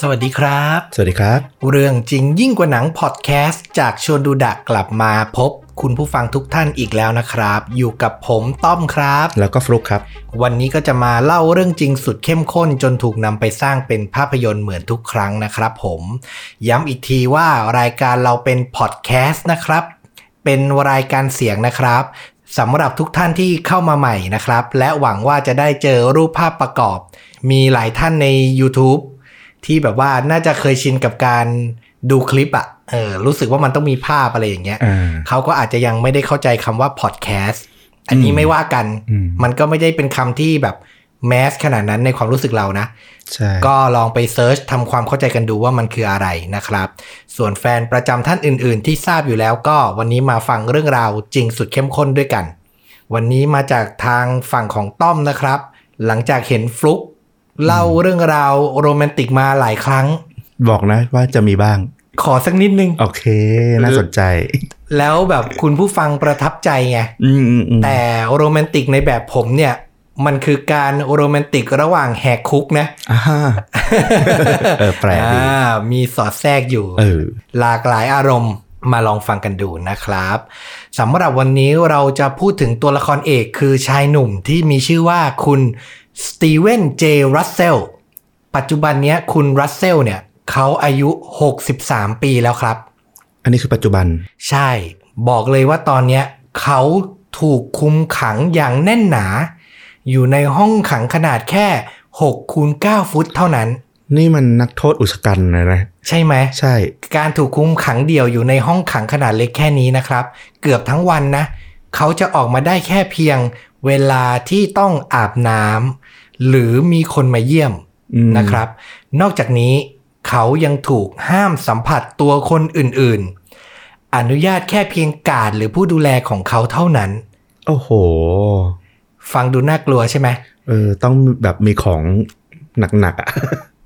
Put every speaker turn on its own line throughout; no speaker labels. สวัสดีครับ
สวัสดีครับ
เรื่องจริงยิ่งกว่าหนังพอดแคสต์จากชวนดูดักกลับมาพบ คุณผู้ฟังทุกท่านอีกแล้วนะครับ อยู่กับผมต้อมครับ
แล้วก็ฟลุกครับ
วันนี้ก็จะมาเล่าเรื่องจริงสุดเข้มข้นจนถูกนำไปสร้างเป็นภาพยนตร์เหมือนทุกครั้งนะครับผม ย้ำอีกทีว่ารายการเราเป็นพอดแคสต์นะครับ เป็นรายการเสียงนะครับสำหรับทุกท่านที่เข้ามาใหม่นะครับ และหวังว่าจะได้เจอรูปภาพประกอบ มีหลายท่านใน YouTube ที่แบบว่าน่าจะเคยชินกับการดูคลิปอะเออรู้สึกว่ามันต้องมีภาพอะไรอย่างเงี้ย
อ่า
เขาก็อาจจะยังไม่ได้เข้าใจคำว่าพอดแคสต์อันนี้
อืม
ไม่ว่ากัน
อืม
มันก็ไม่ได้เป็นคำที่แบบแมสขนาดนั้นในความรู้สึกเรานะ
ใช่
ก็ลองไปเซิร์ชทำความเข้าใจกันดูว่ามันคืออะไรนะครับ ส่วนแฟนประจำท่านอื่น ๆ ที่ทราบอยู่แล้วก็วันนี้มาฟังเรื่องราวจริงสุดเข้มข้นด้วยกัน วันนี้มาจากทางฝั่งของต้อมนะครับ หลังจากเห็นฟลุกเล่าเรื่องราวโรแมนติกมาหลายครั้ง
บอกนะว่าจะมีบ้าง
ขอสักนิดนึง
โอเค น่าสนใจ
แล้วแบบคุณผู้ฟังประทับใจไง
อืมอืมอืม
แต่โรแมนติกในแบบผมเนี่ย มันคือการโรแมนติกระหว่างแหกคุกนะ
อ่าเออแปลกดี
อ่ามีสอดแทรกอยู่
เออ
หลากหลายอารมณ์มาลองฟังกันดูนะครับสำหรับวันนี้เราจะพูดถึงตัวละครเอกคือชายหนุ่มที่มีชื่อว่าคุณสตีเวนเจรัสเซลปัจจุบันเนี้ยคุณรัสเซลเนี่ยเขาอายุ 63 ปีแล้วครับ
อันนี้คือปัจจุบัน
ใช่บอกเลยว่าตอนเนี้ยเขาถูกคุมขังอย่างแน่นหนา อยู่ในห้องขังขนาดแค่6คูณ9ฟุตเท่านั้น
นี่มันนักโทษอุกชะกันนะนะ
ใช่ไหม
ใช่
การถูกคุมขังเดี่ยวอยู่ในห้องขังขนาดเล็กแค่นี้นะครับ เกือบทั้งวันนะ เขาจะออกมาได้แค่เพียงเวลาที่ต้องอาบน้ำหรือมีคนมาเยี่ยม
อืม
นะครับ นอกจากนี้เขายังถูกห้ามสัมผัสตัวคนอื่นๆ อนุญาตแค่เพียงการดหรือผู้ดูแลของเขาเท่านั้น
โอ้โห
ฟังดูน่ากลัวใช่ไหม
เออ ต้องแบบมีของหนักๆอ่ะ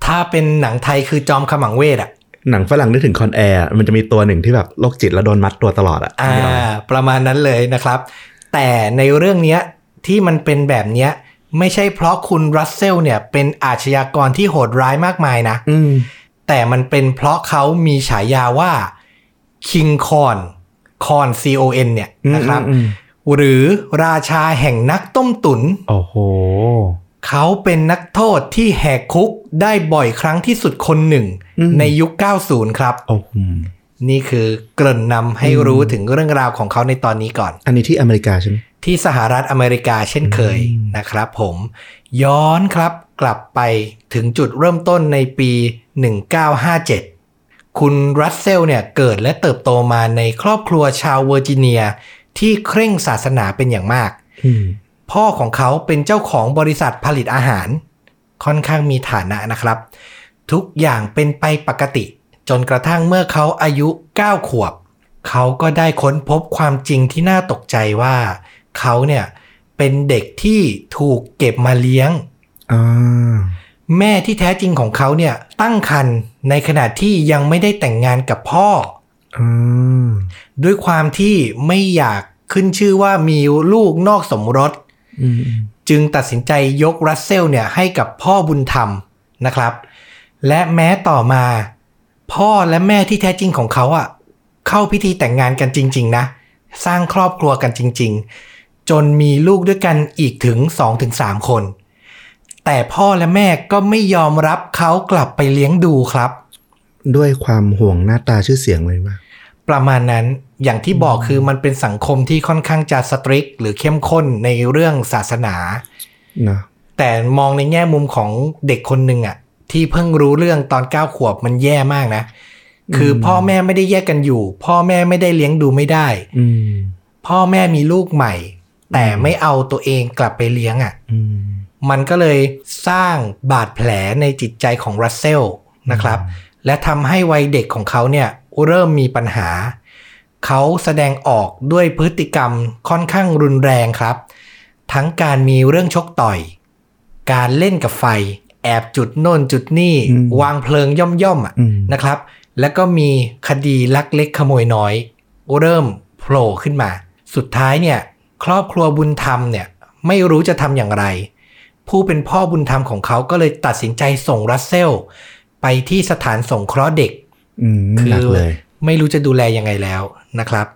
ถ้าเป็นหนังไทยคือจอมขมังเวทอะ
หนังฝรั่งนึกถึงคอนแอร์ มันจะมีตัวหนึ่งที่แบบโรคจิตแล้วโดนมัดตัวตลอดอ่ะ
อ่า ประมาณนั้นเลยนะครับ แต่ในเรื่องเนี้ยที่มันเป็นแบบเนี้ยไม่ใช่เพราะคุณรัสเซลเนี่ยเป็นอาชญากรที่โหดร้ายมากมายนะ
อืม
แต่มันเป็นเพราะเขามีฉายาว่า King c o n c o n C O N เนี่ยนะครับ
อืมอืม
หรือราชาแห่งนักต้มตุน๋น
โอ้โห
เขาเป็นนักโทษที่แหกคุกได้บ่อยครั้งที่สุดคนหนึ่ง
อืม
ในยุค 90 ครับ
โอ้โห
นี่คือเกริ่นนำให้รู้ถึงเรื่องราวของเขาในตอนนี้ก่อน
อันนี้ที่อเมริกาใช่ไหม
ที่สหรัฐอเมริกาเช่นเคย
อืม
นะครับผม ย้อนครับกลับไปถึงจุดเริ่มต้นในปี 1957 คุณรัสเซลเนี่ยเกิดและเติบโตมาในครอบครัวชาวเวอร์จิเนีย ที่เคร่งศาสนาเป็นอย่างมาก
อืม
พ่อของเขาเป็นเจ้าของบริษัทผลิตอาหาร ค่อนข้างมีฐานะนะครับ ทุกอย่างเป็นไปปกติ จนกระทั่งเมื่อเขาอายุ 9 ขวบ เขาก็ได้ค้นพบความจริงที่น่าตกใจว่า เขาเนี่ยเป็นเด็กที่ถูกเก็บมาเลี้ยง
อ่า
แม่ที่แท้จริงของเขาเนี่ยตั้งครรภ์ในขณะที่ยังไม่ได้แต่งงานกับพ่อ
อืม
ด้วยความที่ไม่อยากขึ้นชื่อว่ามีลูกนอกสมรส
อืม
จึงตัดสินใจยกรัสเซลเนี่ยให้กับพ่อบุญธรรมนะครับ และแม้ต่อมา พ่อและแม่ที่แท้จริงของเขาอะ่ะเข้าพิธีแต่งงานกันจริง ๆ นะ สร้างครอบครัวกันจริง ๆ จนมีลูกด้วยกันอีกถึง 2-3 คน แต่พ่อและแม่ก็ไม่ยอมรับเขากลับไปเลี้ยงดูครับ
ด้วยความห่วงหน้าตาชื่อเสียงเลยว่า
ประมาณนั้นอย่างที่บอกคือมันเป็นสังคมที่ค่อนข้างจะสตริก หรือเข้มข้นในเรื่องศาสนา
นะ
แต่มองในแง่มุมของเด็กคนหนึ่งอะที่เพิ่งรู้เรื่องตอนเก้าขวบมันแย่มากนะ คือพ่อแม่ไม่ได้แยกกันอยู่ พ่อแม่ไม่ได้เลี้ยงดูไม่ได้
อืม
พ่อแม่มีลูกใหม่ แต่ไม่เอาตัวเองกลับไปเลี้ยงอะ
อืม
มันก็เลยสร้างบาดแผลในจิตใจของรัสเซลนะครับ และทำให้วัยเด็กของเขาเนี่ยเริ่มมีปัญหา เขาแสดงออกด้วยพฤติกรรมค่อนข้างรุนแรงครับ ทั้งการมีเรื่องชกต่อย การเล่นกับไฟ แอบจุดโน่นจุดนี่
อืม
วางเพลิงย่อมย่อมๆอะ
อืม
นะครับ แล้วก็มีคดีลักเล็กขโมยน้อย เริ่มโผล่ขึ้นมา สุดท้ายเนี่ยครอบครัวบุญธรรมเนี่ยไม่รู้จะทำอย่างไร ผู้เป็นพ่อบุญธรรมของเขาก็เลยตัดสินใจส่งรัสเซล ไปที่สถานสงเคราะห์เด็ก
อืมหนักเลย
ไม่รู้จะดูแลยังไงแล้วนะครับ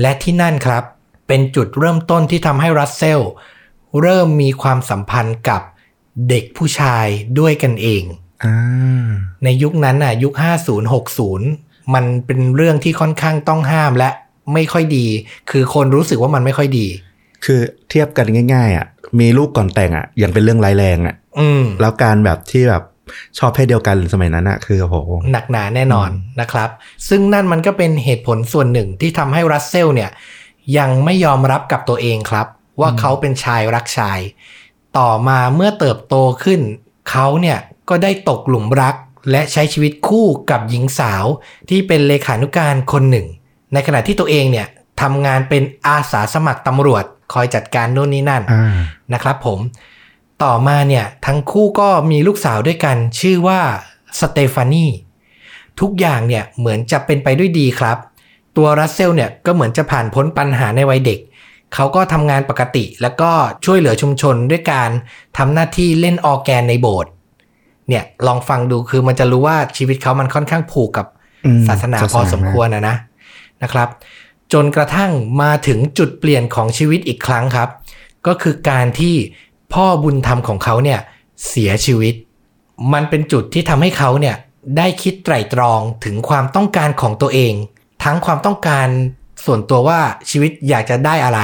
และที่นั่นครับ เป็นจุดเริ่มต้นที่ทำให้รัสเซล เริ่มมีความสัมพันธ์กับเด็กผู้ชายด้วยกันเอง
อ่า
ในยุคนั้นน่ะยุค 5060 มันเป็นเรื่องที่ค่อนข้างต้องห้ามและไม่ค่อยดี คือคนรู้สึกว่ามันไม่ค่อยดี
คือเทียบกันง่ายๆ อ่ะ มีลูกก่อนแต่งอ่ะ ยังเป็นเรื่องร้ายแรงอ่ะ
อืม
แล้วการแบบที่แบบชอบเพศเดียวกันสมัยนั้นอ่ะ คือโอ้โห
หนักหนาแน่นอนนะครับ ซึ่งนั่นมันก็เป็นเหตุผลส่วนหนึ่งที่ทำให้รัสเซลเนี่ย ยังไม่ยอมรับกับตัวเองครับ ว่าเขาเป็นชายรักชาย ต่อมาเมื่อเติบโตขึ้น เขาเนี่ยก็ได้ตกหลุมรักและใช้ชีวิตคู่กับหญิงสาวที่เป็นเลขานุการคนหนึ่ง ในขณะที่ตัวเองเนี่ยทำงานเป็นอาสาสมัครตำรวจ คอยจัดการนู่นนี่นั่น
อ่า
นะครับผมต่อมาเนี่ยทั้งคู่ก็มีลูกสาวด้วยกัน ชื่อว่าสเตฟานีทุกอย่างเนี่ยเหมือนจะเป็นไปด้วยดีครับ ตัวรัสเซลเนี่ยก็เหมือนจะผ่านพ้นปัญหาในวัยเด็ก เขาก็ทำงานปกติแล้วก็ช่วยเหลือชุมชนด้วยการทำหน้าที่เล่นออร์แกนในโบสถ์เนี่ยลองฟังดูคือมันจะรู้ว่าชีวิตเขามันค่อนข้างผูกกับ
อืม
ศาสนาพอสมควรนะนะนะครับ จนกระทั่งมาถึงจุดเปลี่ยนของชีวิตอีกครั้งครับ ก็คือการที่พ่อบุญธรรมของเขาเนี่ยเสียชีวิต มันเป็นจุดที่ทำให้เขาเนี่ยได้คิดไตร่ตรองถึงความต้องการของตัวเอง ทั้งความต้องการส่วนตัวว่าชีวิตอยากจะได้อะไร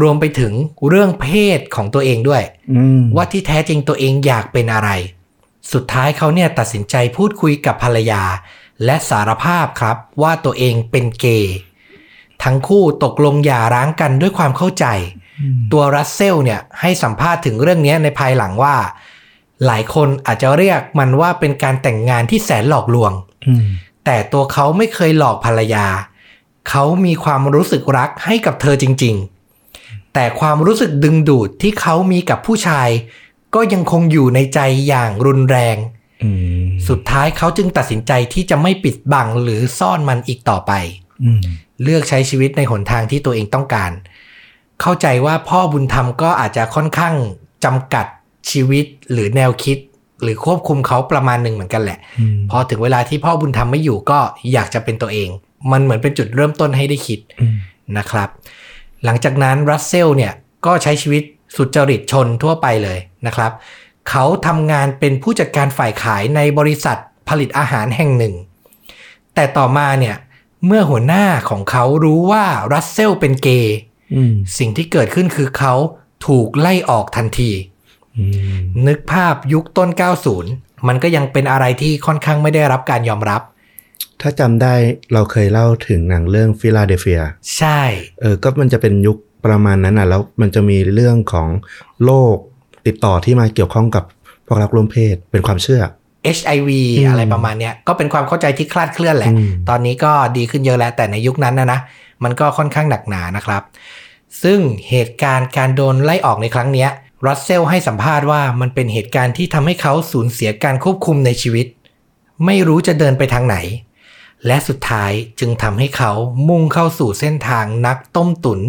รวมไปถึงเรื่องเพศของตัวเองด้วย
อืม
ว่าที่แท้จริงตัวเองอยากเป็นอะไร สุดท้ายเขาเนี่ยตัดสินใจพูดคุยกับภรรยา และสารภาพครับว่าตัวเองเป็นเกย์ ทั้งคู่ตกลงหย่าร้างกันด้วยความเข้าใจ ตัวรัสเซลเนี่ยให้สัมภาษณ์ถึงเรื่องเนี้ยในภายหลังว่า หลายคนอาจจะเรียกมันว่าเป็นการแต่งงานที่แสนหลอกลวง
อืม
แต่ตัวเขาไม่เคยหลอกภรรยา เขามีความรู้สึกรักให้กับเธอจริง ๆ แต่ความรู้สึกดึงดูดที่เขามีกับผู้ชาย ก็ยังคงอยู่ในใจอย่างรุนแรง
อืม
สุดท้ายเขาจึงตัดสินใจที่จะไม่ปิดบังหรือซ่อนมันอีกต่อไป
อืม
เลือกใช้ชีวิตในหนทางที่ตัวเองต้องการ เข้าใจว่าพ่อบุญธรรมก็อาจจะค่อนข้างจำกัดชีวิตหรือแนวคิด หรือควบคุมเขาประมาณหนึ่งเหมือนกันแหละ
อืม
พอถึงเวลาที่พ่อบุญธรรมไม่อยู่ก็อยากจะเป็นตัวเอง มันเหมือนเป็นจุดเริ่มต้นให้ได้คิด
อืม
นะครับ หลังจากนั้นรัสเซลเนี่ยก็ใช้ชีวิตสุจริตชนทั่วไปเลยนะครับ เขาทำงานเป็นผู้จัดการฝ่ายขายในบริษัทผลิตอาหารแห่งหนึ่ง แต่ต่อมาเนี่ยเมื่อหัวหน้าของเขารู้ว่ารัสเซลเป็นเกย์
อืม
สิ่งที่เกิดขึ้นคือเขาถูกไล่ออกทันที
อืม
นึกภาพยุคต้น 90 มันก็ยังเป็นอะไรที่ค่อนข้างไม่ได้รับการยอมรับ
ถ้าจำได้เราเคยเล่าถึงหนังเรื่องฟิลาเดลเฟีย
ใช่
เออ ก็มันจะเป็นยุคประมาณนั้นน่ะ แล้วมันจะมีเรื่องของโรคติดต่อที่มาเกี่ยวข้องกับพวกรักร่วมเพศเป็นความเชื่อ
HIV
อืม
อะไรประมาณเนี้ยก็เป็นความเข้าใจที่คลาดเคลื่อนแหละ
อืม
ตอนนี้ก็ดีขึ้นเยอะแล้ว แต่ในยุคนั้นนะนะ มันก็ค่อนข้างหนักหนานะครับ ซึ่งเหตุการณ์การโดนไล่ออกในครั้งเนี้ยรัสเซลให้สัมภาษณ์ว่ามันเป็นเหตุการณ์ที่ทำให้เขาสูญเสียการควบคุมในชีวิต ไม่รู้จะเดินไปทางไหน และสุดท้ายจึงทำให้เขามุ่งเข้าสู่เส้นทางนักต้มตุน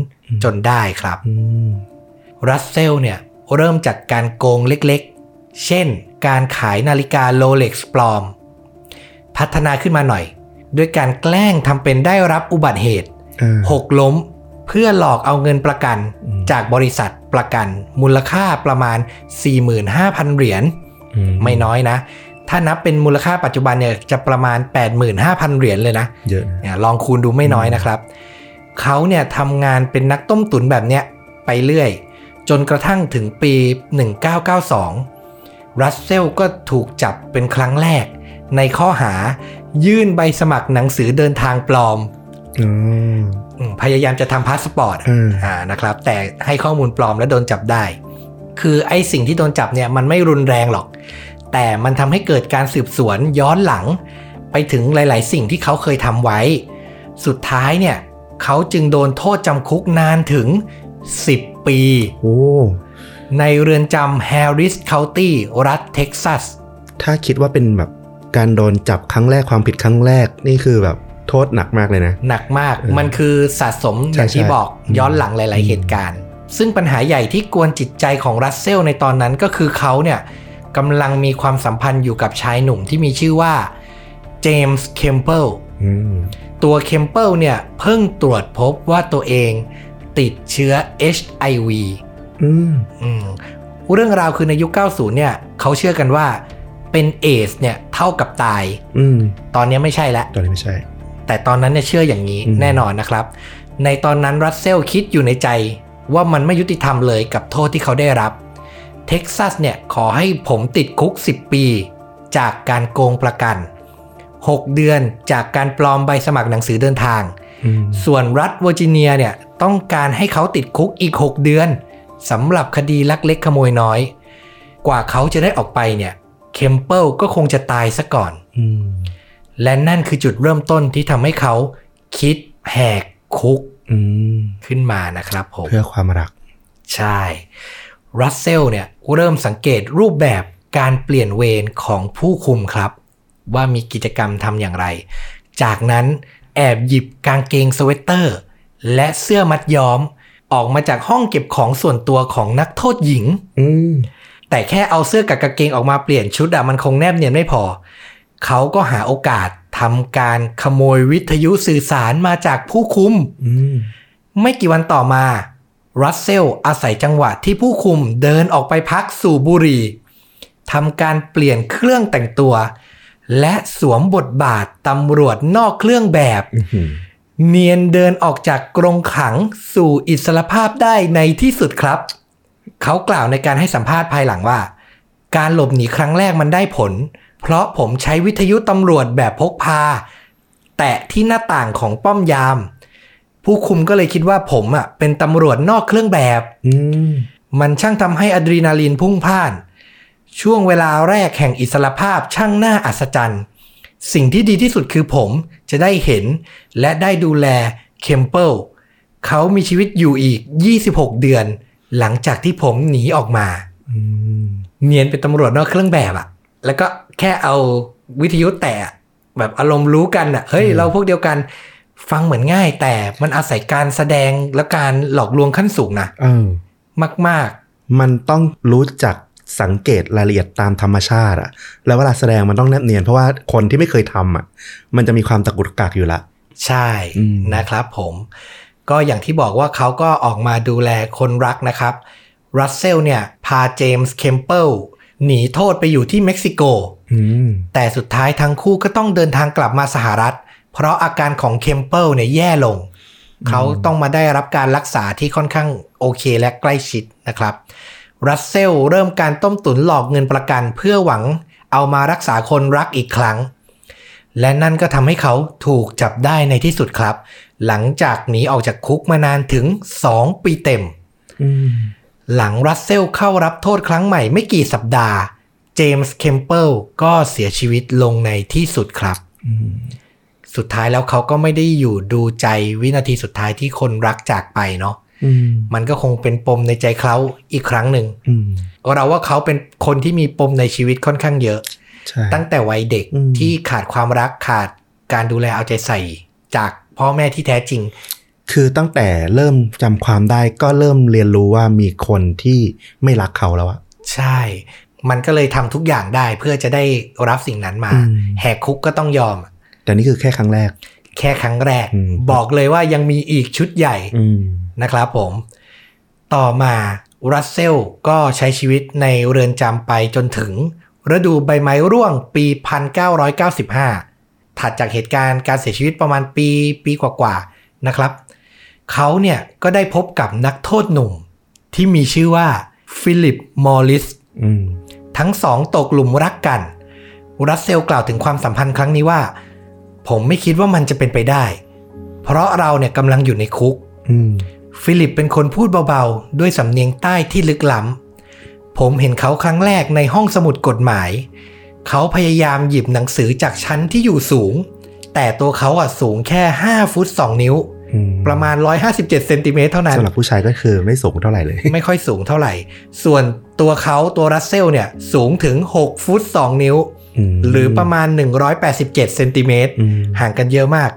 จนได้ครับ
อืม
รัสเซลเนี่ยเริ่มจากการโกงเล็กๆ เช่น การขายนาฬิกาโรเล็กซ์ปลอม พัฒนาขึ้นมาหน่อย ด้วยการแกล้งทำเป็นได้รับอุบัติเหตุ
อ่า
หกล้มเพื่อหลอกเอาเงินประกัน
อืม
จากบริษัทประกันมูลค่าประมาณ 45,000 เหรียญ
อื
ไม่น้อยนะ ถ้านับเป็นมูลค่าปัจจุบันเนี่ยจะประมาณ 85,000 เหรียญเลยนะ
เยอะนะ
เนี่ยลองคูณดูไม่น้อยนะครับ เขาเนี่ยทำงานเป็นนักต้มตุ๋นแบบเนี้ยไปเรื่อย จนกระทั่งถึงปี 1992 รัสเซลก็ถูกจับเป็นครั้งแรก ในข้อหายื่นใบสมัครหนังสือเดินทางปลอม
อ๋อ
อืมพยายามจะทำพาสปอร์ต
อืม
อ่านะครับ แต่ให้ข้อมูลปลอมและโดนจับได้ คือไอ้สิ่งที่โดนจับเนี่ยมันไม่รุนแรงหรอก แต่มันทำให้เกิดการสืบสวนย้อนหลัง ไปถึงหลาย ๆ สิ่งที่เขาเคยทำไว้ สุดท้ายเนี่ยเขาจึงโดนโทษจำคุกนานถึง 10 ปี
โอ้
ในเรือนจำแฮร์ริสเคาน์ตี้รัฐเท็กซัส
ถ้าคิดว่าเป็นแบบการโดนจับครั้งแรกความผิดครั้งแรกนี่คือแบบโทษหนักมากเลยนะ
หนักมาก
เออ
มันคือสะสมอ
ใช่
ย่างที่บอก
อืม
ย้อนหลังหลาย ๆ เหตุการณ์ ซึ่งปัญหาใหญ่ที่กวนจิตใจของรัสเซลในตอนนั้นก็คือเขาเนี่ย กำลังมีความสัมพันธ์อยู่กับชายหนุ่มที่มีชื่อว่าเจมส์เคมเปิล
อืม
ตัวเคมเปิลเนี่ยเพิ่งตรวจพบว่าตัวเองติดเชื้อ HIV
อืม
อืมเรื่องราวคือในยุค 90 เนี่ยเขาเชื่อกันว่าเป็นเอสเนี่ยเท่ากับตาย
อืม
ตอนนี้ไม่ใช่แล้ว
ตอนนี้ไม่ใช่
แต่ตอนนั้นเนี่ยเชื่ออย่างนี้
อืม
แน่นอนนะครับ ในตอนนั้นรัสเซลคิดอยู่ในใจว่ามันไม่ยุติธรรมเลยกับโทษที่เขาได้รับ เท็กซัสเนี่ยขอให้ผมติดคุก 10 ปี จากการโกงประกัน 6 เดือนจากการปลอมใบสมัครหนังสือเดินทาง
อืม
ส่วนรัฐเวอร์จิเนียเนี่ยต้องการให้เขาติดคุกอีก 6 เดือนสำหรับคดีลักเล็กขโมยน้อย กว่าเขาจะได้ออกไปเนี่ยเคมเปิลก็คงจะตายซะก่อน
อืม
และนั่นคือจุดเริ่มต้นที่ทำให้เขาคิดแหกคุก
อืม
ขึ้นมานะครับผม
เพื่อความรัก
ใช่ รัสเซลเนี่ยเริ่มสังเกตรูปแบบการเปลี่ยนเวรของผู้คุมครับ ว่ามีกิจกรรมทำอย่างไร จากนั้นแอบหยิบกางเกงสเวตเตอร์ และเสื้อมัดย้อม ออกมาจากห้องเก็บของส่วนตัวของนักโทษหญิง
อืม
แต่แค่เอาเสื้อกับกางเกงออกมาเปลี่ยนชุดอะมันคงแนบเนียนไม่พอ เขาก็หาโอกาสทำการขโมยวิทยุสื่อสารมาจากผู้คุม
อืม
ไม่กี่วันต่อมา รัสเซลอาศัยจังหวะที่ผู้คุมเดินออกไปพักสู่บุหรีทำการเปลี่ยนเครื่องแต่งตัว และสวมบทบาทตำรวจนอกเครื่องแบบ
อื้อหือ
เนียนเดินออกจากกรงขังสู่อิสรภาพได้ในที่สุดครับ เขากล่าวในการให้สัมภาษณ์ภายหลังว่า การหลบหนีครั้งแรกมันได้ผล เพราะผมใช้วิทยุตำรวจแบบพกพา แตะที่หน้าต่างของป้อมยาม ผู้คุมก็เลยคิดว่าผมอ่ะเป็นตำรวจนอกเครื่องแบบ
อืม
มันช่างทำให้อะดรีนาลีนพุ่งพ่าน ช่วงเวลาแรกแห่งอิสรภาพช่างน่าอัศจรรย์ สิ่งที่ดีที่สุดคือผมจะได้เห็นและได้ดูแลเคมเปิลเขามีชีวิตอยู่อีก 26 เดือน หลังจากที่ผมหนีออกมา
อืม
เนียนเป็นตำรวจนอกเครื่องแบบอะแล้วก็แค่เอาวิทยุแตะแบบอารมณ์รู้กันอะเฮ้ย เราพวกเดียวกัน ฟังเหมือนง่าย แต่มันอาศัยการแสดงและการหลอกลวงขั้นสูงนะ
เออ
มาก ๆ
มันต้องรู้จักสังเกตรายละเอียดตามธรรมชาติอะแล้วเวลาแสดงมันต้องแนบเนียน เพราะว่าคนที่ไม่เคยทำอะมันจะมีความตะกุกตะกักอยู่ละ
ใช่
อืม
นะครับผมก็อย่างที่บอกว่าเขาก็ออกมาดูแลคนรักนะครับรัสเซลเนี่ยพาเจมส์เคมเปิลหนีโทษไปอยู่ที่เม็กซิโก
อืม
แต่สุดท้ายทั้งคู่ก็ต้องเดินทางกลับมาสหรัฐ เพราะอาการของเคมเปิลเนี่ยแย่ลง เขาต้องมาได้รับการรักษาที่ค่อนข้างโอเคและใกล้ชิดนะครับรัสเซลเริ่มการต้มตุ๋นหลอกเงินประกัน เพื่อหวังเอามารักษาคนรักอีกครั้ง และนั่นก็ทำให้เขาถูกจับได้ในที่สุดครับ หลังจากหนีออกจากคุกมานานถึง 2 ปีเต็ม
อืม
หลังรัสเซลเข้ารับโทษครั้งใหม่ไม่กี่สัปดาห์ เจมส์เคมเปิลก็เสียชีวิตลงในที่สุดครับ
อืม
สุดท้ายแล้วเขาก็ไม่ได้อยู่ดูใจวินาทีสุดท้ายที่คนรักจากไปเนาะ
อืม
มันก็คงเป็นปมในใจเขาอีกครั้งหนึ่ง
อืม
เราว่าเขาเป็นคนที่มีปมในชีวิตค่อนข้างเยอะ
ใช่
ตั้งแต่วัยเด็ก
อืม
ที่ขาดความรักขาดการดูแลเอาใจใส่ จากพ่อแม่ที่แท้จริง
คือตั้งแต่เริ่มจำความได้ก็เริ่มเรียนรู้ว่ามีคนที่ไม่รักเขาแล้วอะ
ใช่ มันก็เลยทำทุกอย่างได้เพื่อจะได้รับสิ่งนั้นมา
อืม
แหกคุกก็ต้องยอม
แต่นี่คือแค่ครั้งแรก
แค่ครั้งแรก
อืม
บอกเลยว่ายังมีอีกชุดใหญ่
อืม
นะครับผม ต่อมารัสเซลก็ใช้ชีวิตในเรือนจำไปจนถึง ฤดูใบไม้ร่วงปี 1995 ถัดจากเหตุการณ์การเสียชีวิตประมาณปีปีกว่าๆนะครับ เขาเนี่ยก็ได้พบกับนักโทษหนุ่มที่มีชื่อว่าฟิลิปมอริส
อืม
ทั้งสองตกหลุมรักกัน รัสเซลกล่าวถึงความสัมพันธ์ครั้งนี้ว่า ผมไม่คิดว่ามันจะเป็นไปได้ เพราะเราเนี่ยกำลังอยู่ในคุก
อืม
ฟิลิปเป็นคนพูดเบาๆ ด้วยสำเนียงใต้ที่ลึกล้ำ ผมเห็นเขาครั้งแรกในห้องสมุดกฎหมาย เขาพยายามหยิบหนังสือจากชั้นที่อยู่สูง แต่ตัวเขาอ่ะสูงแค่ 5 ฟุต 2 นิ้ว
อืม
ประมาณ 157เซนติเมตรเท่านั้น
สำหรับผู้ชายก็คือไม่สูงเท่าไหร่เลย
ไม่ค่อยสูงเท่าไหร่ ส่วนตัวเขาตัวรัสเซลเนี่ยสูงถึง 6 ฟุต 2 นิ้ว
ม
หรือประมาณ 187เซนติเมตร
อืม
ห่างกันเยอะมาก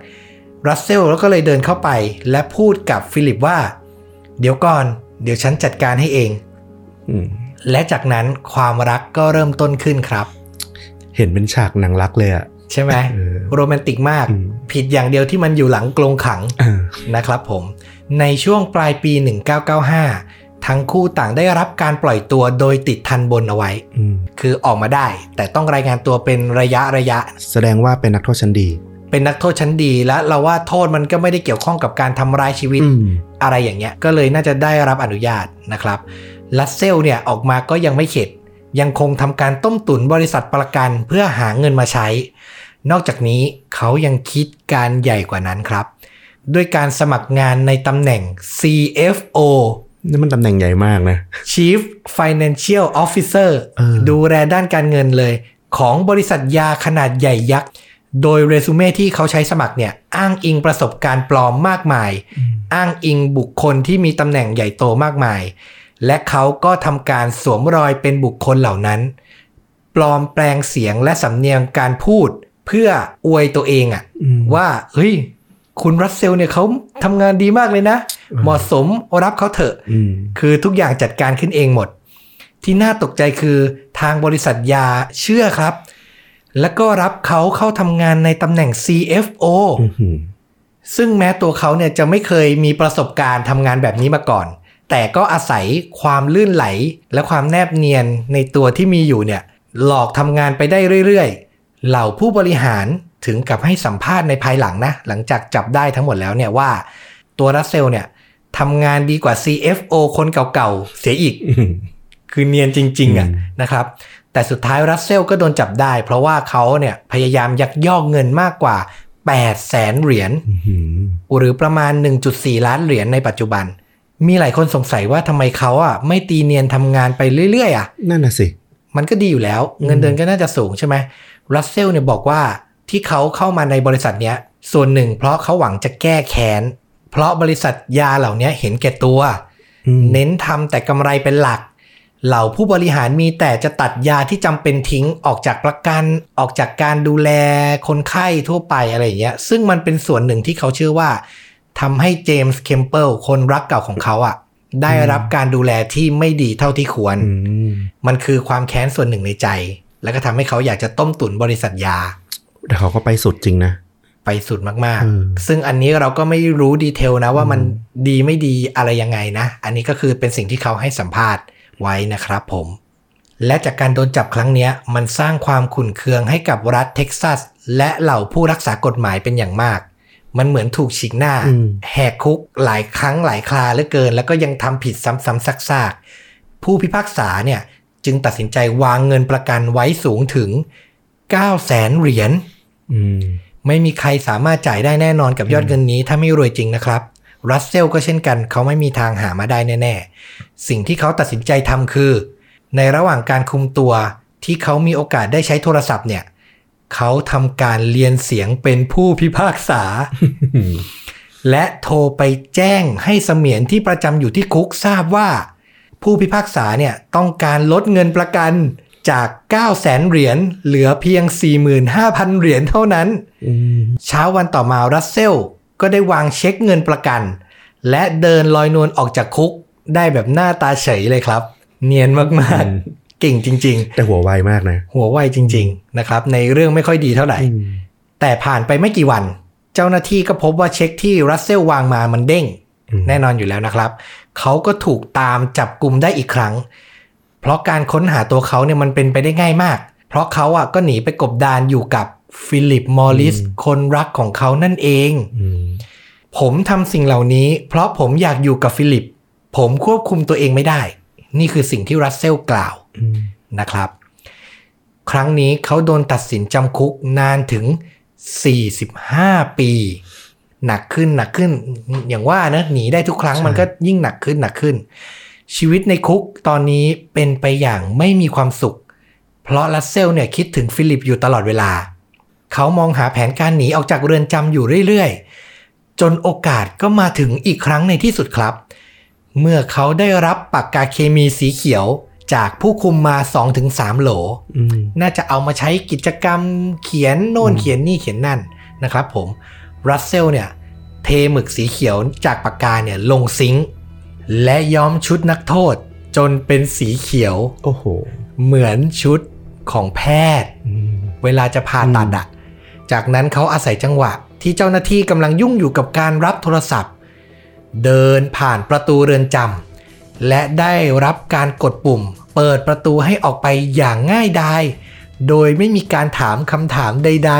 รัสเซลแล้วก็เลยเดินเข้าไป และพูดกับฟิลิปว่า เดี๋ยวก่อน เดี๋ยวฉันจัดการให้เอง
อืม
และจากนั้นความรักก็เริ่มต้นขึ้นครับ
เห็นเป็นฉากหนังรักเลยอ่ะ
ใช่ไหม
เออ
โรแมนติกมาก
อืม
ผิดอย่างเดียวที่มันอยู่หลังกรงขัง
เออ
นะครับผม ในช่วงปลายปี 1995 ทั้งคู่ต่างได้รับการปล่อยตัวโดยติดทันบนเอาไว้
อืม
คือออกมาได้ แต่ต้องรายงานตัวเป็นระยะระยะ
แสดงว่าเป็นนักโทษชั้นดี
เป็นนักโทษชั้นดีและเราว่าโทษมันก็ไม่ได้เกี่ยวข้องกับการทำร้ายชีวิต
อืม
อะไรอย่างเงี้ย ก็เลยน่าจะได้รับอนุญาตนะครับ ลัสเซลเนี่ยออกมาก็ยังไม่เข็ด ยังคงทำการต้มตุ๋นบริษัทประกันเพื่อหาเงินมาใช้ นอกจากนี้เขายังคิดการใหญ่กว่านั้นครับ ด้วยการสมัครงานในตำแหน่ง CFO
นี่มันตำแหน่งใหญ่มากนะ
Chief Financial Officer
เออ
ดูแลด้านการเงินเลย ของบริษัทยาขนาดใหญ่ยักษ์ โดยเรซูเม่ที่เขาใช้สมัครเนี่ยอ้างอิงประสบการณ์ปลอมมากมาย อ้างอิงบุคคลที่มีตำแหน่งใหญ่โตมากมาย และเขาก็ทำการสวมรอยเป็นบุคคลเหล่านั้น ปลอมแปลงเสียงและสำเนียงการพูดเพื่ออวยตัวเองอะ
อืม
ว่าเฮ้ยคุณรัสเซลเนี่ยเขาทำงานดีมากเลยนะ
อืม
เหมาะสมรับเขาเถอะ
อืม
คือทุกอย่างจัดการขึ้นเองหมด ที่น่าตกใจคือทางบริษัทยาเชื่อครับ แล้วก็รับเขาเข้าทำงานในตำแหน่ง CFO
อื้อหือ
ซึ่งแม้ตัวเขาเนี่ยจะไม่เคยมีประสบการณ์ทำงานแบบนี้มาก่อน แต่ก็อาศัยความลื่นไหลและความแนบเนียนในตัวที่มีอยู่เนี่ย หลอกทำงานไปได้เรื่อยๆ เหล่าผู้บริหารถึงกับให้สัมภาษณ์ในภายหลังนะ หลังจากจับได้ทั้งหมดแล้วเนี่ยว่า ตัวรัสเซลเนี่ยทำงานดีกว่า CFO คนเก่าๆ เสียอีก
อื้อหือ
คือเนียนจริงๆอ่ะ
อืม
นะครับ แต่สุดท้ายรัสเซลก็โดนจับได้ เพราะว่าเขาเนี่ยพยายามยักยอกเงินมากกว่า 8 0 0แสนเหรียญ
อื้อหือ
หรือประมาณ 1.4 ล้านเหรียญในปัจจุบัน มีหลายคนสงสัยว่าทำไมเขาอ่ะไม่ตีเนียนทำงานไปเรื่อยๆอ่ะ
นั่นน่ะสิ
มันก็ดีอยู่แล้ว เงินเดือนก็น่าจะสูงใช่ไหมรัสเซลเนี่ยบอกว่าที่เขาเข้ามาในบริษัทเนี้ย ส่วนหนึ่งเพราะเขาหวังจะแก้แค้น เพราะบริษัทยาเหล่าเนี้ยเห็นแก่ตัว
อืม
เน้นทำแต่กำไรเป็นหลัก เหล่าผู้บริหารมีแต่จะตัดยาที่จำเป็นทิ้งออกจากประกัน ออกจากการดูแลคนไข้ทั่วไปอะไรอย่างเงี้ย ซึ่งมันเป็นส่วนหนึ่งที่เขาเชื่อว่าทำให้เจมส์เคมเปิลคนรักเก่าของเขาอะได้รับการดูแลที่ไม่ดีเท่าที่ควร
อืม
มันคือความแค้นส่วนหนึ่งในใจ แล้วก็ทำให้เขาอยากจะต้มตุ๋นบริษัทยา
แต่เขาก็ไปสุดจริงนะ
ไปสุดมาก
อืม
ๆ ซึ่งอันนี้เราก็ไม่รู้ดีเทลนะว่ามันดีไม่ดีอะไรยังไงนะ อันนี้ก็คือเป็นสิ่งที่เขาให้สัมภาษณ์ไว้นะครับผม และจากการโดนจับครั้งเนี้ย มันสร้างความขุ่นเคืองให้กับรัฐเท็กซัส และเหล่าผู้รักษากฎหมายเป็นอย่างมาก มันเหมือนถูกฉีกหน้า
อืม
แหกคุกหลายครั้งหลายคราเหลือเกิน แล้วก็ยังทำผิดซ้ำๆซากๆ ผู้พิพากษาเนี่ยจึงตัดสินใจวางเงินประกันไว้สูงถึง 9 0 0แสนเหรียญ
อืม
ไม่มีใครสามารถจ่ายได้แน่นอนกับยอดเงินนี้ถ้าไม่รวยจริงนะครับ รัสเซลก็เช่นกัน เขาไม่มีทางหามาได้แน่ๆ สิ่งที่เขาตัดสินใจทำคือ ในระหว่างการคุมตัวที่เขามีโอกาสได้ใช้โทรศัพท์เนี่ย เขาทำการเรียนเสียงเป็นผู้พิพากษา และโทรไปแจ้งให้เสมียนที่ประจำอยู่ที่คุกทราบว่า ผู้พิพากษาเนี่ยต้องการลดเงินประกันจาก 9 0 0แสนเหรียญเหลือเพียง 45,000 เหรียญเท่านั้น
อืม
เช้าวันต่อมารัสเซลก็ได้วางเช็คเงินประกัน และเดินลอยนวลออกจากคุกได้แบบหน้าตาเฉยเลยครับ เนียนมาก
อืม
ๆ เก่งจริง
แต่หัวไวมากนะ
ๆ หัวไวจริง ๆ นะครับ ในเรื่องไม่ค่อยดีเท่าไหร่
อืม
แต่ผ่านไปไม่กี่วัน เจ้าหน้าที่ก็พบว่าเช็คที่รัสเซลวางมามันเด้ง แน่นอนอยู่แล้วนะครับ เขาก็ถูกตามจับกลุ่มได้อีกครั้ง เพราะการค้นหาตัวเขาเนี่ยมันเป็นไปได้ง่ายมาก เพราะเขาอ่ะก็หนีไปกบดานอยู่กับฟิลิปมอริสคนรักของเขานั่นเอง
อืม
ผมทำสิ่งเหล่านี้ เพราะผมอยากอยู่กับฟิลิป ผมควบคุมตัวเองไม่ได้ นี่คือสิ่งที่รัสเซลกล่าว
อืม
นะครับ ครั้งนี้เขาโดนตัดสินจำคุกนานถึง 45 ปี หนักขึ้นหนักขึ้น อย่างว่านะหนีได้ทุกครั้งมันก็ยิ่งหนักขึ้นหนักขึ้น ชีวิตในคุกตอนนี้เป็นไปอย่างไม่มีความสุข เพราะรัสเซลเนี่ยคิดถึงฟิลิปอยู่ตลอดเวลา เขามองหาแผนการหนีออกจากเรือนจำอยู่เรื่อยๆ จนโอกาสก็มาถึงอีกครั้งในที่สุดครับ เมื่อเขาได้รับปากกาเคมีสีเขียวจากผู้คุมมา 2-3 โหล
อืม
น่าจะเอามาใช้กิจกรรมเขียนโน่นเขียนนี่เขียนนั่นนะครับผมรัสเซลเนี่ยเทหมึกสีเขียวจากปากกาเนี่ยลงซิงค์และย้อมชุดนักโทษ จนเป็นสีเขียว
โอ้โห
เหมือนชุดของแพทย์
อืม
เวลาจะผ่าตัดอะจากนั้นเขาอาศัยจังหวะ ที่เจ้าหน้าที่กำลังยุ่งอยู่กับการรับโทรศัพท์ เดินผ่านประตูเรือนจำและได้รับการกดปุ่ม เปิดประตูให้ออกไปอย่างง่ายดายโดยไม่มีการถามคำถามใด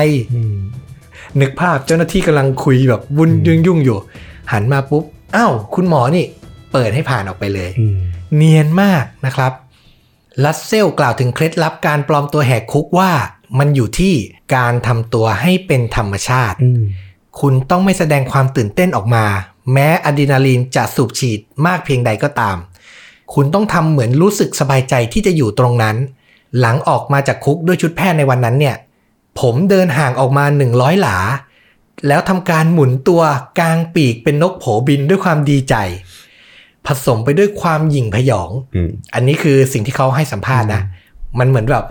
ๆ นึกภาพเจ้าหน้าที่กำลังคุยแบบวุ่น
อืม
ยุ่งยุ่งๆอยู่ หันมาปุ๊บอ้าวคุณหมอนี่ เปิดให้ผ่านออกไปเลย
อืม
เนียนมากนะครับ ลัสเซลกล่าวถึงเคล็ดลับการปลอมตัวแหกคุกว่า มันอยู่ที่การทำตัวให้เป็นธรรมชาติ
อืม
คุณต้องไม่แสดงความตื่นเต้นออกมา แม้อะดรีนาลีนจะสูบฉีดมากเพียงใดก็ตาม คุณต้องทำเหมือนรู้สึกสบายใจที่จะอยู่ตรงนั้น หลังออกมาจากคุกด้วยชุดแพทย์ในวันนั้นเนี่ย ผมเดินห่างออกมา 100 หลา แล้วทำการหมุนตัวกลางปีกเป็นนกโผบินด้วยความดีใจ ผสมไปด้วยความหยิ่งพยอง
อืม
อันนี้คือสิ่งที่เขาให้สัมภาษณ์นะ มันเหมือนแบบ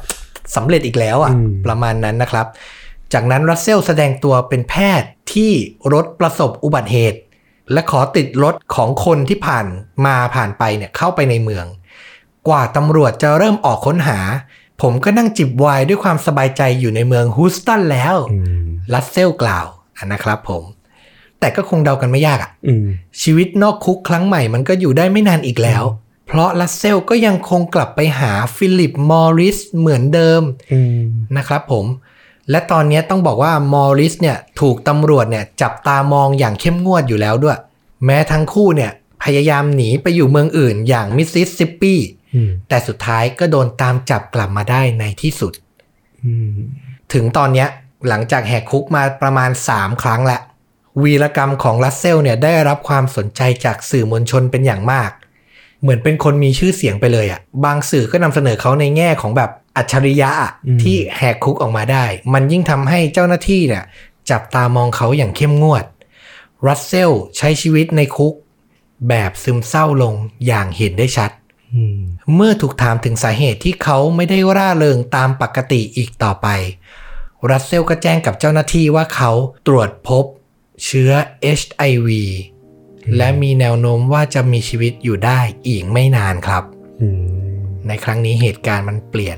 สำเร็จอีกแล้วอะ่ะ
อืม
ประมาณนั้นนะครับ จากนั้นรัสเซลแสดงตัวเป็นแพทย์ที่รถประสบอุบัติเหตุ และขอติดรถของคนที่ผ่านมาผ่านไปเนี่ยเข้าไปในเมือง กว่าตำรวจจะเริ่มออกค้นหา ผมก็นั่งจิบไวน์ด้วยความสบายใจอยู่ในเมืองฮูสตันแล้ว
อืม
รัสเซลกล่าวอ่ะนะครับผม แต่ก็คงเดากันไม่ยากอ่ะ
อืม
ชีวิตนอกคุกครั้งใหม่มันก็อยู่ได้ไม่นานอีกแล้ว เพราะลัสเซลก็ยังคงกลับไปหาฟิลิปมอริสเหมือนเดิม
อืม
นะครับผม และตอนนี้ต้องบอกว่ามอริสเนี่ยถูกตำรวจเนี่ยจับตามองอย่างเข้มงวดอยู่แล้วด้วย แม้ทั้งคู่เนี่ยพยายามหนีไปอยู่เมืองอื่นอย่างมิสซิสซิปปี
อืม
แต่สุดท้ายก็โดนตามจับกลับมาได้ในที่สุด
อืม
ถึงตอนเนี้ยหลังจากแหกคุกมาประมาณ 3 ครั้งละวีรกรรมของรัสเซลเนี่ยได้รับความสนใจจากสื่อมวลชนเป็นอย่างมาก เหมือนเป็นคนมีชื่อเสียงไปเลยอะ่ะบางสื่อก็นำเสนอเขาในแง่ของแบบอัจฉริยะอะที่แหกคุกออกมาได้ มันยิ่งทำให้เจ้าหน้าที่เนี่ยจับตามองเขาอย่างเข้มงวดรัสเซลใช้ชีวิตในคุก แบบซึมเศร้าลงอย่างเห็นได้ชัด
อืม
เมื่อถูกถามถึงสาเหตุที่เขาไม่ได้ร่าเริงตามปกติอีกต่อไป รัสเซลก็แจ้งกับเจ้าหน้าที่ว่าเขาตรวจพบเชื้อ HIV และมีแนวโน้มว่าจะมีชีวิตอยู่ได้อีกไม่นานครับ
อืม
ในครั้งนี้เหตุการณ์มันเปลี่ยน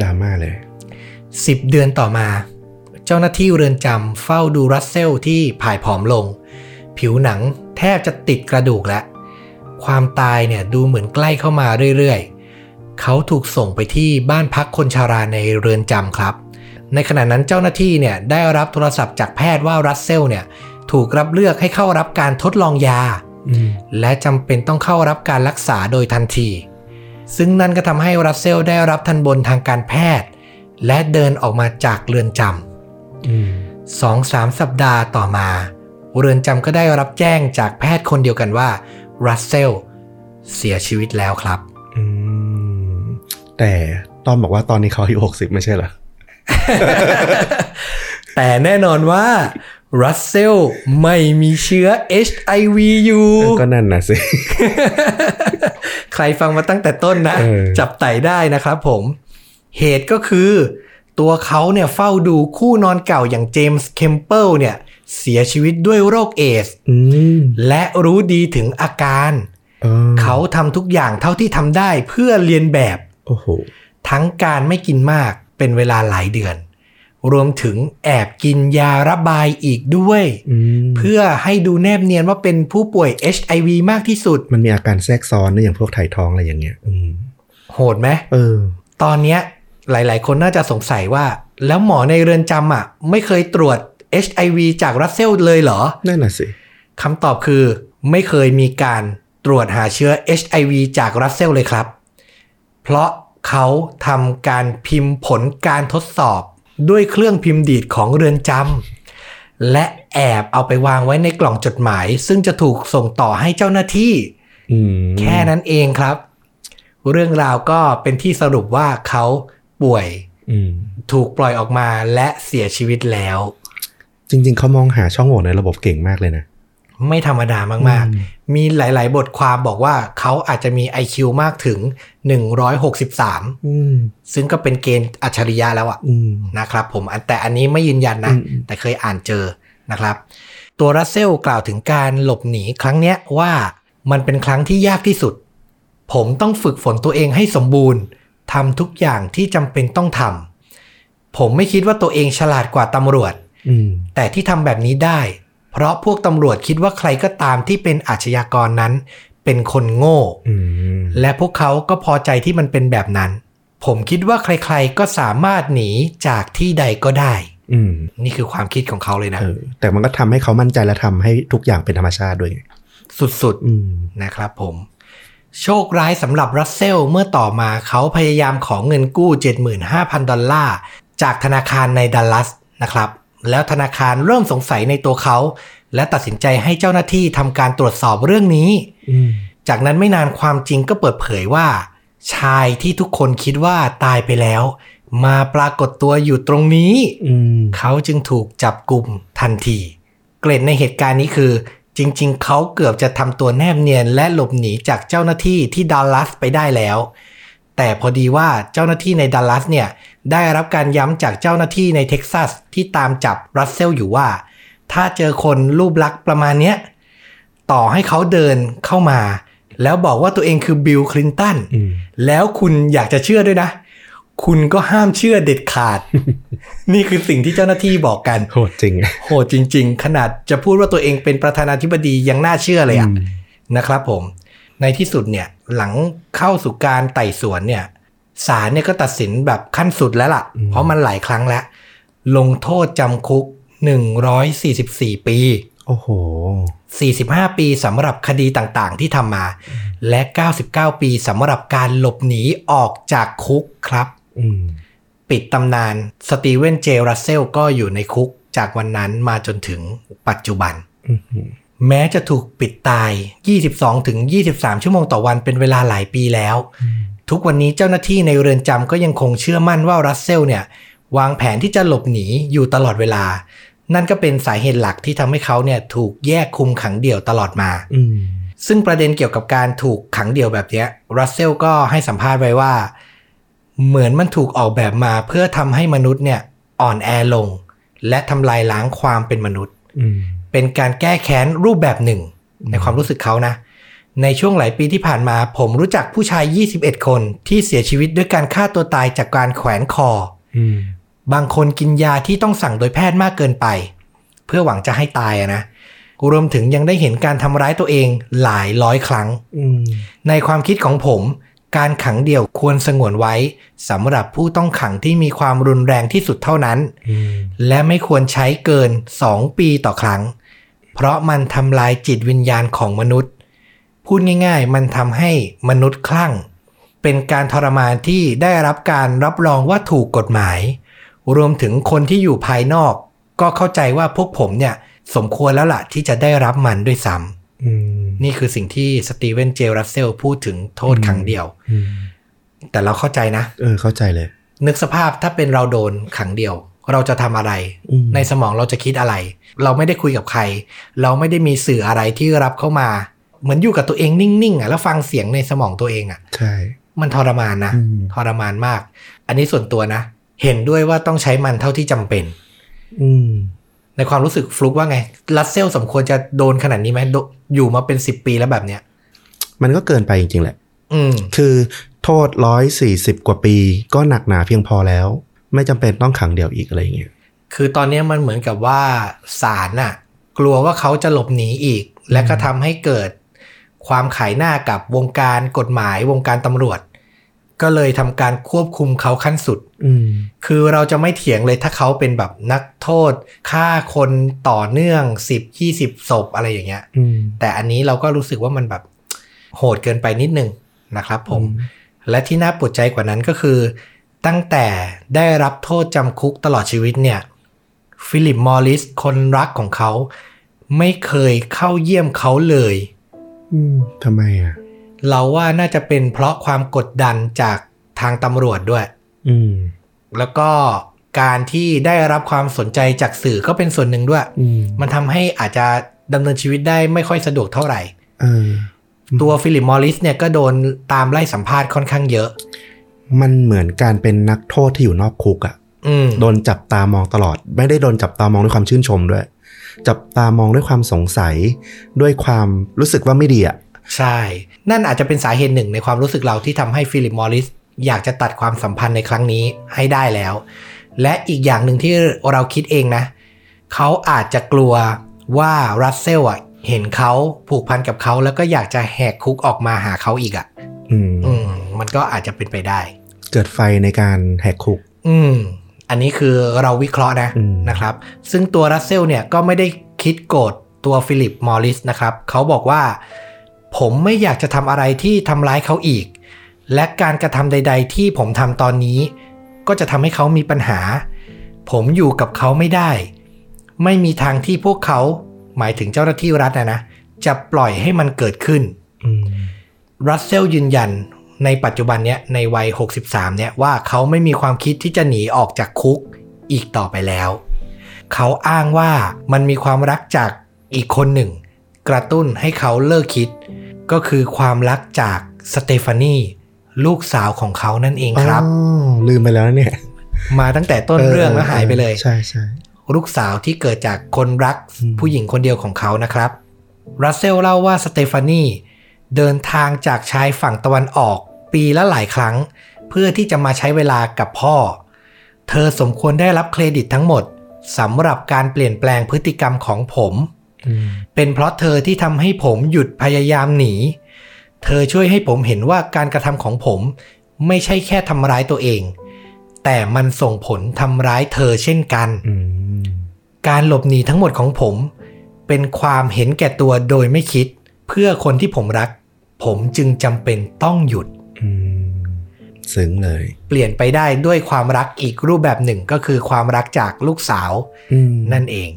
ดราม่าเลย
10 เดือนต่อมา เจ้าหน้าที่เรือนจำเฝ้าดูรัสเซลที่ผายผอมลง ผิวหนังแทบจะติดกระดูกแล้ว ความตายเนี่ยดูเหมือนใกล้เข้ามาเรื่อยๆ เขาถูกส่งไปที่บ้านพักคนชาราในเรือนจำครับ ในขณะนั้นเจ้าหน้าที่เนี่ยได้รับโทรศัพท์จากแพทย์ว่ารัสเซลเนี่ยถูกรับเลือกให้เข้ารับการทดลองยา
อืม
และจำเป็นต้องเข้ารับการรักษาโดยทันที ซึ่งนั่นก็ทำให้รัสเซลได้รับทันบนทางการแพทย์ และเดินออกมาจากเรือนจ
อืม
ำสองสามสัปดาห์ต่อมา เรือนจำก็ได้รับแจ้งจากแพทย์คนเดียวกันว่ารัสเซลเสียชีวิตแล้วครับ
อืมแต่ต้อมบอกว่าตอนนี้เขาอายุหกสิบไม่ใช่เหรอ
แต่แน่นอนว่ารัสเซลไม่มีเชื้อ HIV อยู่
ก็นั่นน่ะสิ
ใครฟังมาตั้งแต่ต้นนะ
เออ
จับไต่ได้นะครับผม เหตุก็คือ ตัวเขาเนี่ยเฝ้าดูคู่นอนเก่าอย่างเจมส์เคมเปิลเนี่ย เสียชีวิตด้วยโรคเอส
อืม
และรู้ดีถึงอาการ
อ่
เขาทำทุกอย่างเท่าที่ทำได้เพื่อเรียนแบบ
โอ้โห
ทั้งการไม่กินมากเป็นเวลาหลายเดือน รวมถึงแอบกินยาระบายอีกด้วย
อืม
เพื่อให้ดูแนบเนียนว่าเป็นผู้ป่วย HIV มากที่สุด
มันมีอาการแทรกซ้อนนะอย่างพวกถ่ายท้องอะไรอย่างเงี้ย อืม
โหดไหม
เออ
ตอนเนี้ยหลาย ๆ คนน่าจะสงสัยว่า แล้วหมอในเรือนจำอ่ะ ไม่เคยตรวจ HIV จากรัสเซลเลยเหรอ
นั่นน่ะสิ
คำตอบคือ ไม่เคยมีการตรวจหาเชื้อ HIV จากรัสเซลเลยครับ เพราะเขาทำการพิมพ์ผลการทดสอบ ด้วยเครื่องพิมพ์ดีดของเรือนจำและแอบเอาไปวางไว้ในกล่องจดหมาย ซึ่งจะถูกส่งต่อให้เจ้าหน้าที่
อืม
แค่นั้นเองครับ เรื่องราวก็เป็นที่สรุปว่าเขาป่วย
อืม
ถูกปล่อยออกมาและเสียชีวิตแล้ว
จริง ๆ เขามองหาช่องโหว่ในระบบเก่งมากเลยนะ
ไม่ธรรมดามาก ๆ มีหลาย ๆ บทความบอกว่าเขาอาจจะมี IQ มากถึง 163
อืม
ซึ่งก็เป็นเกณฑ์อัจฉริยะแล้วอะ
อืม
นะครับผมอันแต่อันนี้ไม่ยืนยันนะ
อืม
แต่เคยอ่านเจอนะครับ ตัวรัสเซลกล่าวถึงการหลบหนีครั้งเนี้ยว่ามันเป็นครั้งที่ยากที่สุด ผมต้องฝึกฝนตัวเองให้สมบูรณ์ทำทุกอย่างที่จำเป็นต้องทำผมไม่คิดว่าตัวเองฉลาดกว่าตำรวจ
อืม
แต่ที่ทำแบบนี้ได้ เพราะพวกตำรวจคิดว่าใครก็ตามที่เป็นอาชญากรนั้น เป็นคนโง่
อืม
และพวกเขาก็พอใจที่มันเป็นแบบนั้น ผมคิดว่าใครๆก็สามารถหนีจากที่ใดก็ได้
อืม
นี่คือความคิดของเขาเลยนะ
เออแต่มันก็ทำให้เขามั่นใจและทำให้ทุกอย่างเป็นธรรมชาติด้วยไง
สุด
อืม
ๆนะครับผม โชคร้ายสำหรับรัสเซลเมื่อต่อมาเขาพยายามของเงินกู้ 75,000 ดอลลาร์ จากธนาคารในดัลลัสนะครับ แล้วธนาคารเริ่มสงสัยในตัวเขา และตัดสินใจให้เจ้าหน้าที่ทำการตรวจสอบเรื่องนี้
อืม
จากนั้นไม่นานความจริงก็เปิดเผยว่า ชายที่ทุกคนคิดว่าตายไปแล้ว มาปรากฏตัวอยู่ตรงนี้
อืม
เขาจึงถูกจับกลุ่มทันที เกรดในเหตุการณ์นี้คือ จริง ๆ เขาเกือบจะทำตัวแนบเนียนและหลบหนีจากเจ้าหน้าที่ที่ดัลลัสไปได้แล้ว แต่พอดีว่าเจ้าหน้าที่ในดัลลัสเนี่ย ได้รับการย้ำจากเจ้าหน้าที่ในเท็กซัสที่ตามจับรัสเซลอยู่ว่า ถ้าเจอคนรูปลักษณ์ประมาณเนี้ย ต่อให้เขาเดินเข้ามา แล้วบอกว่าตัวเองคือบิลคลินตัน
อืม
แล้วคุณอยากจะเชื่อด้วยนะ คุณก็ห้ามเชื่อเด็ดขาด นี่คือสิ่งที่เจ้าหน้าที่บอกกัน
โหดจริงอะ
โหดจริง ๆ ขนาดจะพูดว่าตัวเองเป็นประธานาธิบดียังน่าเชื่อเลยอะ
อืม
นะครับผม ในที่สุดเนี่ยหลังเข้าสู่การไต่สวนเนี่ยศาลเนี่ยก็ตัดสินแบบขั้นสุดแล้วล่ะ เพราะมันหลายครั้งแล้ว ลงโทษจำคุก 144 ปี
โอ้โห
45 ปีสำหรับคดีต่างๆ ที่ทำมา และ 99 ปีสำหรับการหลบหนีออกจากคุกครับ
อืม
ปิดตำนานสตีเวนเจรัสเซลก็อยู่ในคุกจากวันนั้นมาจนถึงปัจจุบัน
อืม
แม้จะถูกปิดตาย 22-23 ชั่วโมงต่อวันเป็นเวลาหลายปีแล้ว ทุกวันนี้เจ้าหน้าที่ในเรือนจำก็ยังคงเชื่อมั่นว่ารัสเซลเนี่ยวางแผนที่จะหลบหนีอยู่ตลอดเวลา นั่นก็เป็นสาเหตุหลักที่ทำให้เขาเนี่ยถูกแยกคุมขังเดี่ยวตลอดมา
อืม
ซึ่งประเด็นเกี่ยวกับการถูกขังเดี่ยวแบบเนี้ยรัสเซลก็ให้สัมภาษณ์ไว้ว่า เหมือนมันถูกออกแบบมาเพื่อทำให้มนุษย์เนี่ยอ่อนแอลง และทำลายล้างความเป็นมนุษย์
อืม
เป็นการแก้แค้นรูปแบบหนึ่ง ในความรู้สึกเขานะ ในช่วงหลายปีที่ผ่านมา ผมรู้จักผู้ชาย 21 คนที่เสียชีวิตด้วยการฆ่าตัวตายจากการแขวนคอ
อืม
บางคนกินยาที่ต้องสั่งโดยแพทย์มากเกินไป เพื่อหวังจะให้ตายอะนะรวมถึงยังได้เห็นการทำร้ายตัวเองหลายร้อยครั้ง
อืม
ในความคิดของผม การขังเดี่ยวควรสงวนไว้สำหรับผู้ต้องขังที่มีความรุนแรงที่สุดเท่านั้น
อืม
และไม่ควรใช้เกิน 2 ปีต่อครั้ง เพราะมันทำลายจิตวิญญาณของมนุษย์ พูดง่ายๆ มันทำให้มนุษย์คลั่ง เป็นการทรมานที่ได้รับการรับรองว่าถูกกฎหมาย รวมถึงคนที่อยู่ภายนอก ก็เข้าใจว่าพวกผมเนี่ยสมควรแล้วล่ะที่จะได้รับมันด้วยซ้ำ
อืม
นี่คือสิ่งที่สตีเวนเจรัสเซลพูดถึงโทษขังเดียว
อืม
แต่เราเข้าใจนะ
เออ เข้าใจเลย
นึกสภาพถ้าเป็นเราโดนขังเดียว เราจะทำอะไร
อืม
ในสมองเราจะคิดอะไร เราไม่ได้คุยกับใคร เราไม่ได้มีสื่ออะไรที่รับเข้ามา เหมือนอยู่กับตัวเองนิ่งๆอ่ะแล้วฟังเสียงในสมองตัวเองอ่ะ
ใช่
มันทรมานนะ
อืม
ทรมานมาก อันนี้ส่วนตัวนะ เห็นด้วยว่าต้องใช้มันเท่าที่จำเป็น
อืม
ในความรู้สึกฟลุกว่าไงรัสเซลสมควรจะโดนขนาดนี้ไหมโดอยู่มาเป็นสิบปีแล้วแบบเนี้ย
มันก็เกินไปจริงๆแหละ
อืม
คือโทษร้อยสี่สิบกว่าปีก็หนักหนาเพียงพอแล้ว ไม่จำเป็นต้องขังเดี่ยวอีกอะไรอย่างเงี้ย
คือตอนเนี้ยมันเหมือนกับว่าศาลน่ะ กลัวว่าเขาจะหลบหนีอีก และก็ทำให้เกิด ความขายหน้ากับวงการกฎหมายวงการตำรวจ ก็เลยทำการควบคุมเขาขั้นสุด
อืม
คือเราจะไม่เถียงเลยถ้าเขาเป็นแบบนักโทษฆ่าคนต่อเนื่อง 10 20ศพอะไรอย่างเงี้ย
อืม
แต่อันนี้เราก็รู้สึกว่ามันแบบโหดเกินไปนิดนึงนะครับผม
อืม
และที่น่าปวดใจกว่านั้นก็คือ ตั้งแต่ได้รับโทษจำคุกตลอดชีวิตเนี่ย ฟิลิปมอริสคนรักของเขา ไม่เคยเข้าเยี่ยมเขาเลย
อืมทำไมอ่ะ
เราว่าน่าจะเป็นเพราะความกดดันจากทางตำรวจด้วย
อืม
แล้วก็การที่ได้รับความสนใจจากสื่อก็เป็นส่วนหนึ่งด้วย
อืม
มันทำให้อาจจะดำเนินชีวิตได้ไม่ค่อยสะดวกเท่าไหร่
เออ
ตัวฟิลิปมอริสเนี่ยก็โดนตามไล่สัมภาษณ์ค่อนข้างเยอะ
มันเหมือนการเป็นนักโทษที่อยู่นอกคุกอ่ะ
อืม
โดนจับตามองตลอด ไม่ได้โดนจับตามองด้วยความชื่นชมด้วย จับตามองด้วยความสงสัย ด้วยความรู้สึกว่าไม่ดีอะ
ใช่ นั่นอาจจะเป็นสาเหตุหนึ่งในความรู้สึกเราที่ทำให้ฟิลิปมอริสอยากจะตัดความสัมพันธ์ในครั้งนี้ให้ได้แล้ว และอีกอย่างหนึ่งที่เราคิดเองนะ เขาอาจจะกลัวว่ารัสเซลอ่ะเห็นเขาผูกพันกับเขาแล้วก็อยากจะแหกคุกออกมาหาเขาอีกอ่ะ
อืม
อืม มันก็อาจจะเป็นไปได้
เกิดไฟในการแหกคุก
อืม อันนี้คือเราวิเคราะห์นะ
อืม
นะครับ ซึ่งตัวรัสเซลเนี่ยก็ไม่ได้คิดโกรธตัวฟิลิปมอริสนะครับ เขาบอกว่า ผมไม่อยากจะทำอะไรที่ทำร้ายเขาอีก และการกระทำใด ๆ ที่ผมทำตอนนี้ ก็จะทำให้เขามีปัญหา ผมอยู่กับเขาไม่ได้ ไม่มีทางที่พวกเขาหมายถึงเจ้าหน้าที่รัฐนะนะ จะปล่อยให้มันเกิดขึ้น
อืม
รัสเซลยืนยันในปัจจุบันเนี้ยในวัย 63 เนี่ยว่าเขาไม่มีความคิดที่จะหนีออกจากคุกอีกต่อไปแล้ว เขาอ้างว่ามันมีความรักจากอีกคนหนึ่ง กระตุ้นให้เขาเลิกคิด ก็คือความรักจากสเตฟานีลูกสาวของเขานั่นเองครับ
อ๋อลืมไปแล้วเนี่ย
มาตั้งแต่ต้นเรื่องแล้วหายไปเลย
ใช่ใช่
ลูกสาวที่เกิดจากคนรัก
อืม
ผู้หญิงคนเดียวของเขานะครับ รัสเซลเล่าว่าสเตฟานีเดินทางจากชายฝั่งตะวันออกปีละหลายครั้ง เพื่อที่จะมาใช้เวลากับพ่อ เธอสมควรได้รับเครดิตทั้งหมดสำหรับการเปลี่ยนแปลงพฤติกรรมของผม
อืม
เป็นเพราะเธอที่ทำให้ผมหยุดพยายามหนี เธอช่วยให้ผมเห็นว่าการกระทำของผมไม่ใช่แค่ทำร้ายตัวเอง แต่มันส่งผลทำร้ายเธอเช่นกัน
อืม
การหลบหนีทั้งหมดของผม เป็นความเห็นแก่ตัวโดยไม่คิด เพื่อคนที่ผมรัก ผมจึงจำเป็นต้องหยุด
อืมซึ้งเลย
เปลี่ยนไปได้ด้วยความรักอีกรูปแบบหนึ่งก็คือความรักจากลูกสาว
อืม
นั่นเอง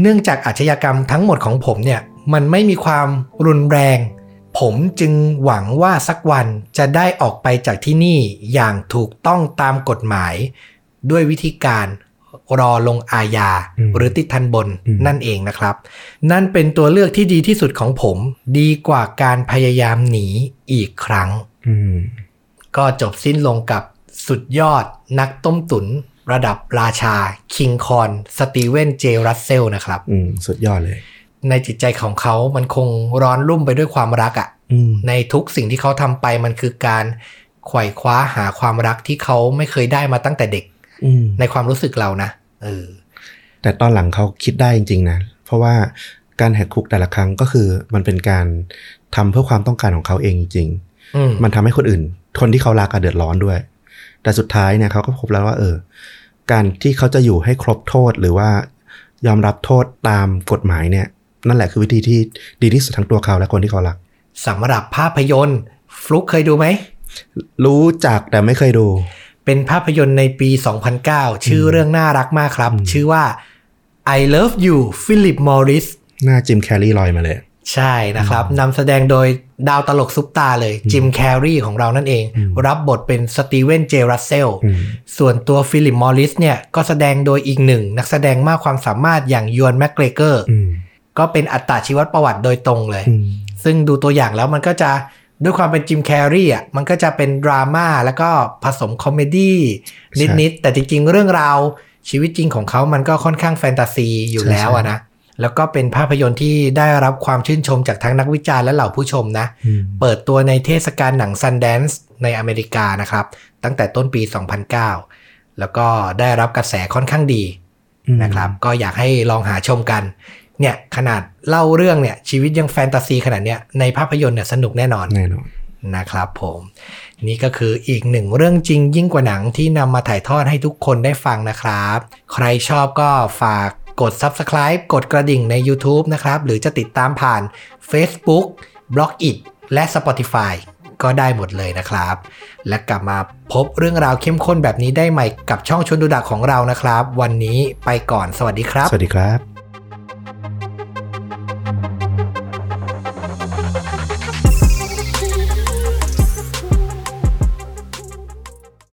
เนื่องจากอาชญากรรมทั้งหมดของผมเนี่ย มันไม่มีความรุนแรง ผมจึงหวังว่าสักวันจะได้ออกไปจากที่นี่อย่างถูกต้องตามกฎหมาย ด้วยวิธีการรอลงอาญาหรือติดทันบน
อืม
นั่นเองนะครับ นั่นเป็นตัวเลือกที่ดีที่สุดของผม ดีกว่าการพยายามหนีอีกครั้ง
อืม
ก็จบสิ้นลงกับสุดยอดนักต้มตุ๋นระดับราชาคิงคอนสตีเวนเจรัสเซลนะครับ
อืมสุดยอดเลย
ในจิตใจของเขามันคงร้อนรุ่มไปด้วยความรักอะ่ะ
อืม
ในทุกสิ่งที่เขาทำไปมันคือการไขว่คว้าหาความรักที่เขาไม่เคยได้มาตั้งแต่เด็ก
อืม
ในความรู้สึกเรานะเออ
แต่ตอนหลังเขาคิดได้จริงๆนะ เพราะว่าการแหกคุกแต่ละครั้งก็คือมันเป็นการทำเพื่อความต้องการของเขาเองจริง
อืม
ๆมันทำให้คนอื่น คนที่เขารักอะเดือดร้อนด้วย แต่สุดท้ายเนี่ยเขาก็พบแล้วว่าเออ การที่เขาจะอยู่ให้ครบโทษหรือว่ายอมรับโทษตามกฎหมายเนี่ย นั่นแหละคือวิธีที่ดีที่สุดทั้งตัวเขาและคนที่เขารัก
สำหรับภาพยนตร์ฟลุกเคยดูไหม
รู้จักแต่ไม่เคยดู
เป็นภาพยนตร์ในปี 2009 ชื่อเรื่องน่ารักมากครับ
อืม
ชื่อว่า I Love You Philip Morris
หน้าจิมแคร์รีลอยมาเลย
ใช่นะครับนำแสดงโดยดาวตลกซุปตาเลยจิมแคร์รีของเรานั่นเอง
อืม
รับบทเป็นสตีเวนเจรัสเซล
อืม
ส่วนตัวฟิลิปมอริสเนี่ย ก็แสดงโดยอีกหนึ่ง นักแสดงมากความสามารถอย่างยวนแมกเกรเกอร์
อืม
ก็เป็นอัตราชีวประวัติโดยตรงเลย
อืม
ซึ่งดูตัวอย่างแล้วมันก็จะด้วยความเป็นจิมแคร์รีอ่ะมันก็จะเป็นดราม่าแล้วก็ผสมคอมเมดี้นิด ๆ แต่จริง ๆ เรื่องราวชีวิตจริงของเขามันก็ค่อนข้างแฟนตาซีอยู่แล้วอะนะ แล้วก็เป็นภาพยนตร์ที่ได้รับความชื่นชมจากทั้งนักวิจารณ์และเหล่าผู้ชมนะ
อืม
เปิดตัวในเทศกาลหนัง Sundance ในอเมริกานะครับ ตั้งแต่ต้นปี 2009 แล้วก็ได้รับกระแสค่อนข้างดี นะครับก็อยากให้ลองหาชมกัน เนี่ยขนาดเล่าเรื่องเนี่ยชีวิตยังแฟนตาซีขนาดเนี้ยในภาพยนตร์เนี่ยสนุกแน่นอน
แน่นอน
นะครับผม นี่ก็คืออีกหนึ่งเรื่องจริงยิ่งกว่าหนังที่นำมาถ่ายทอดให้ทุกคนได้ฟังนะครับ ใครชอบก็ฝากกด Subscribe กดกระดิ่งใน YouTube นะครับ หรือจะติดตามผ่าน Facebook b l o g i t และ Spotify ก็ได้หมดเลยนะครับ และกลับมาพบเรื่องราวเข้มข้นแบบนี้ได้ใหม่กับช่องชวนดูดะของเรานะครับ วันนี้ไปก่อนสวัสดีครับ
สวัสดีครับ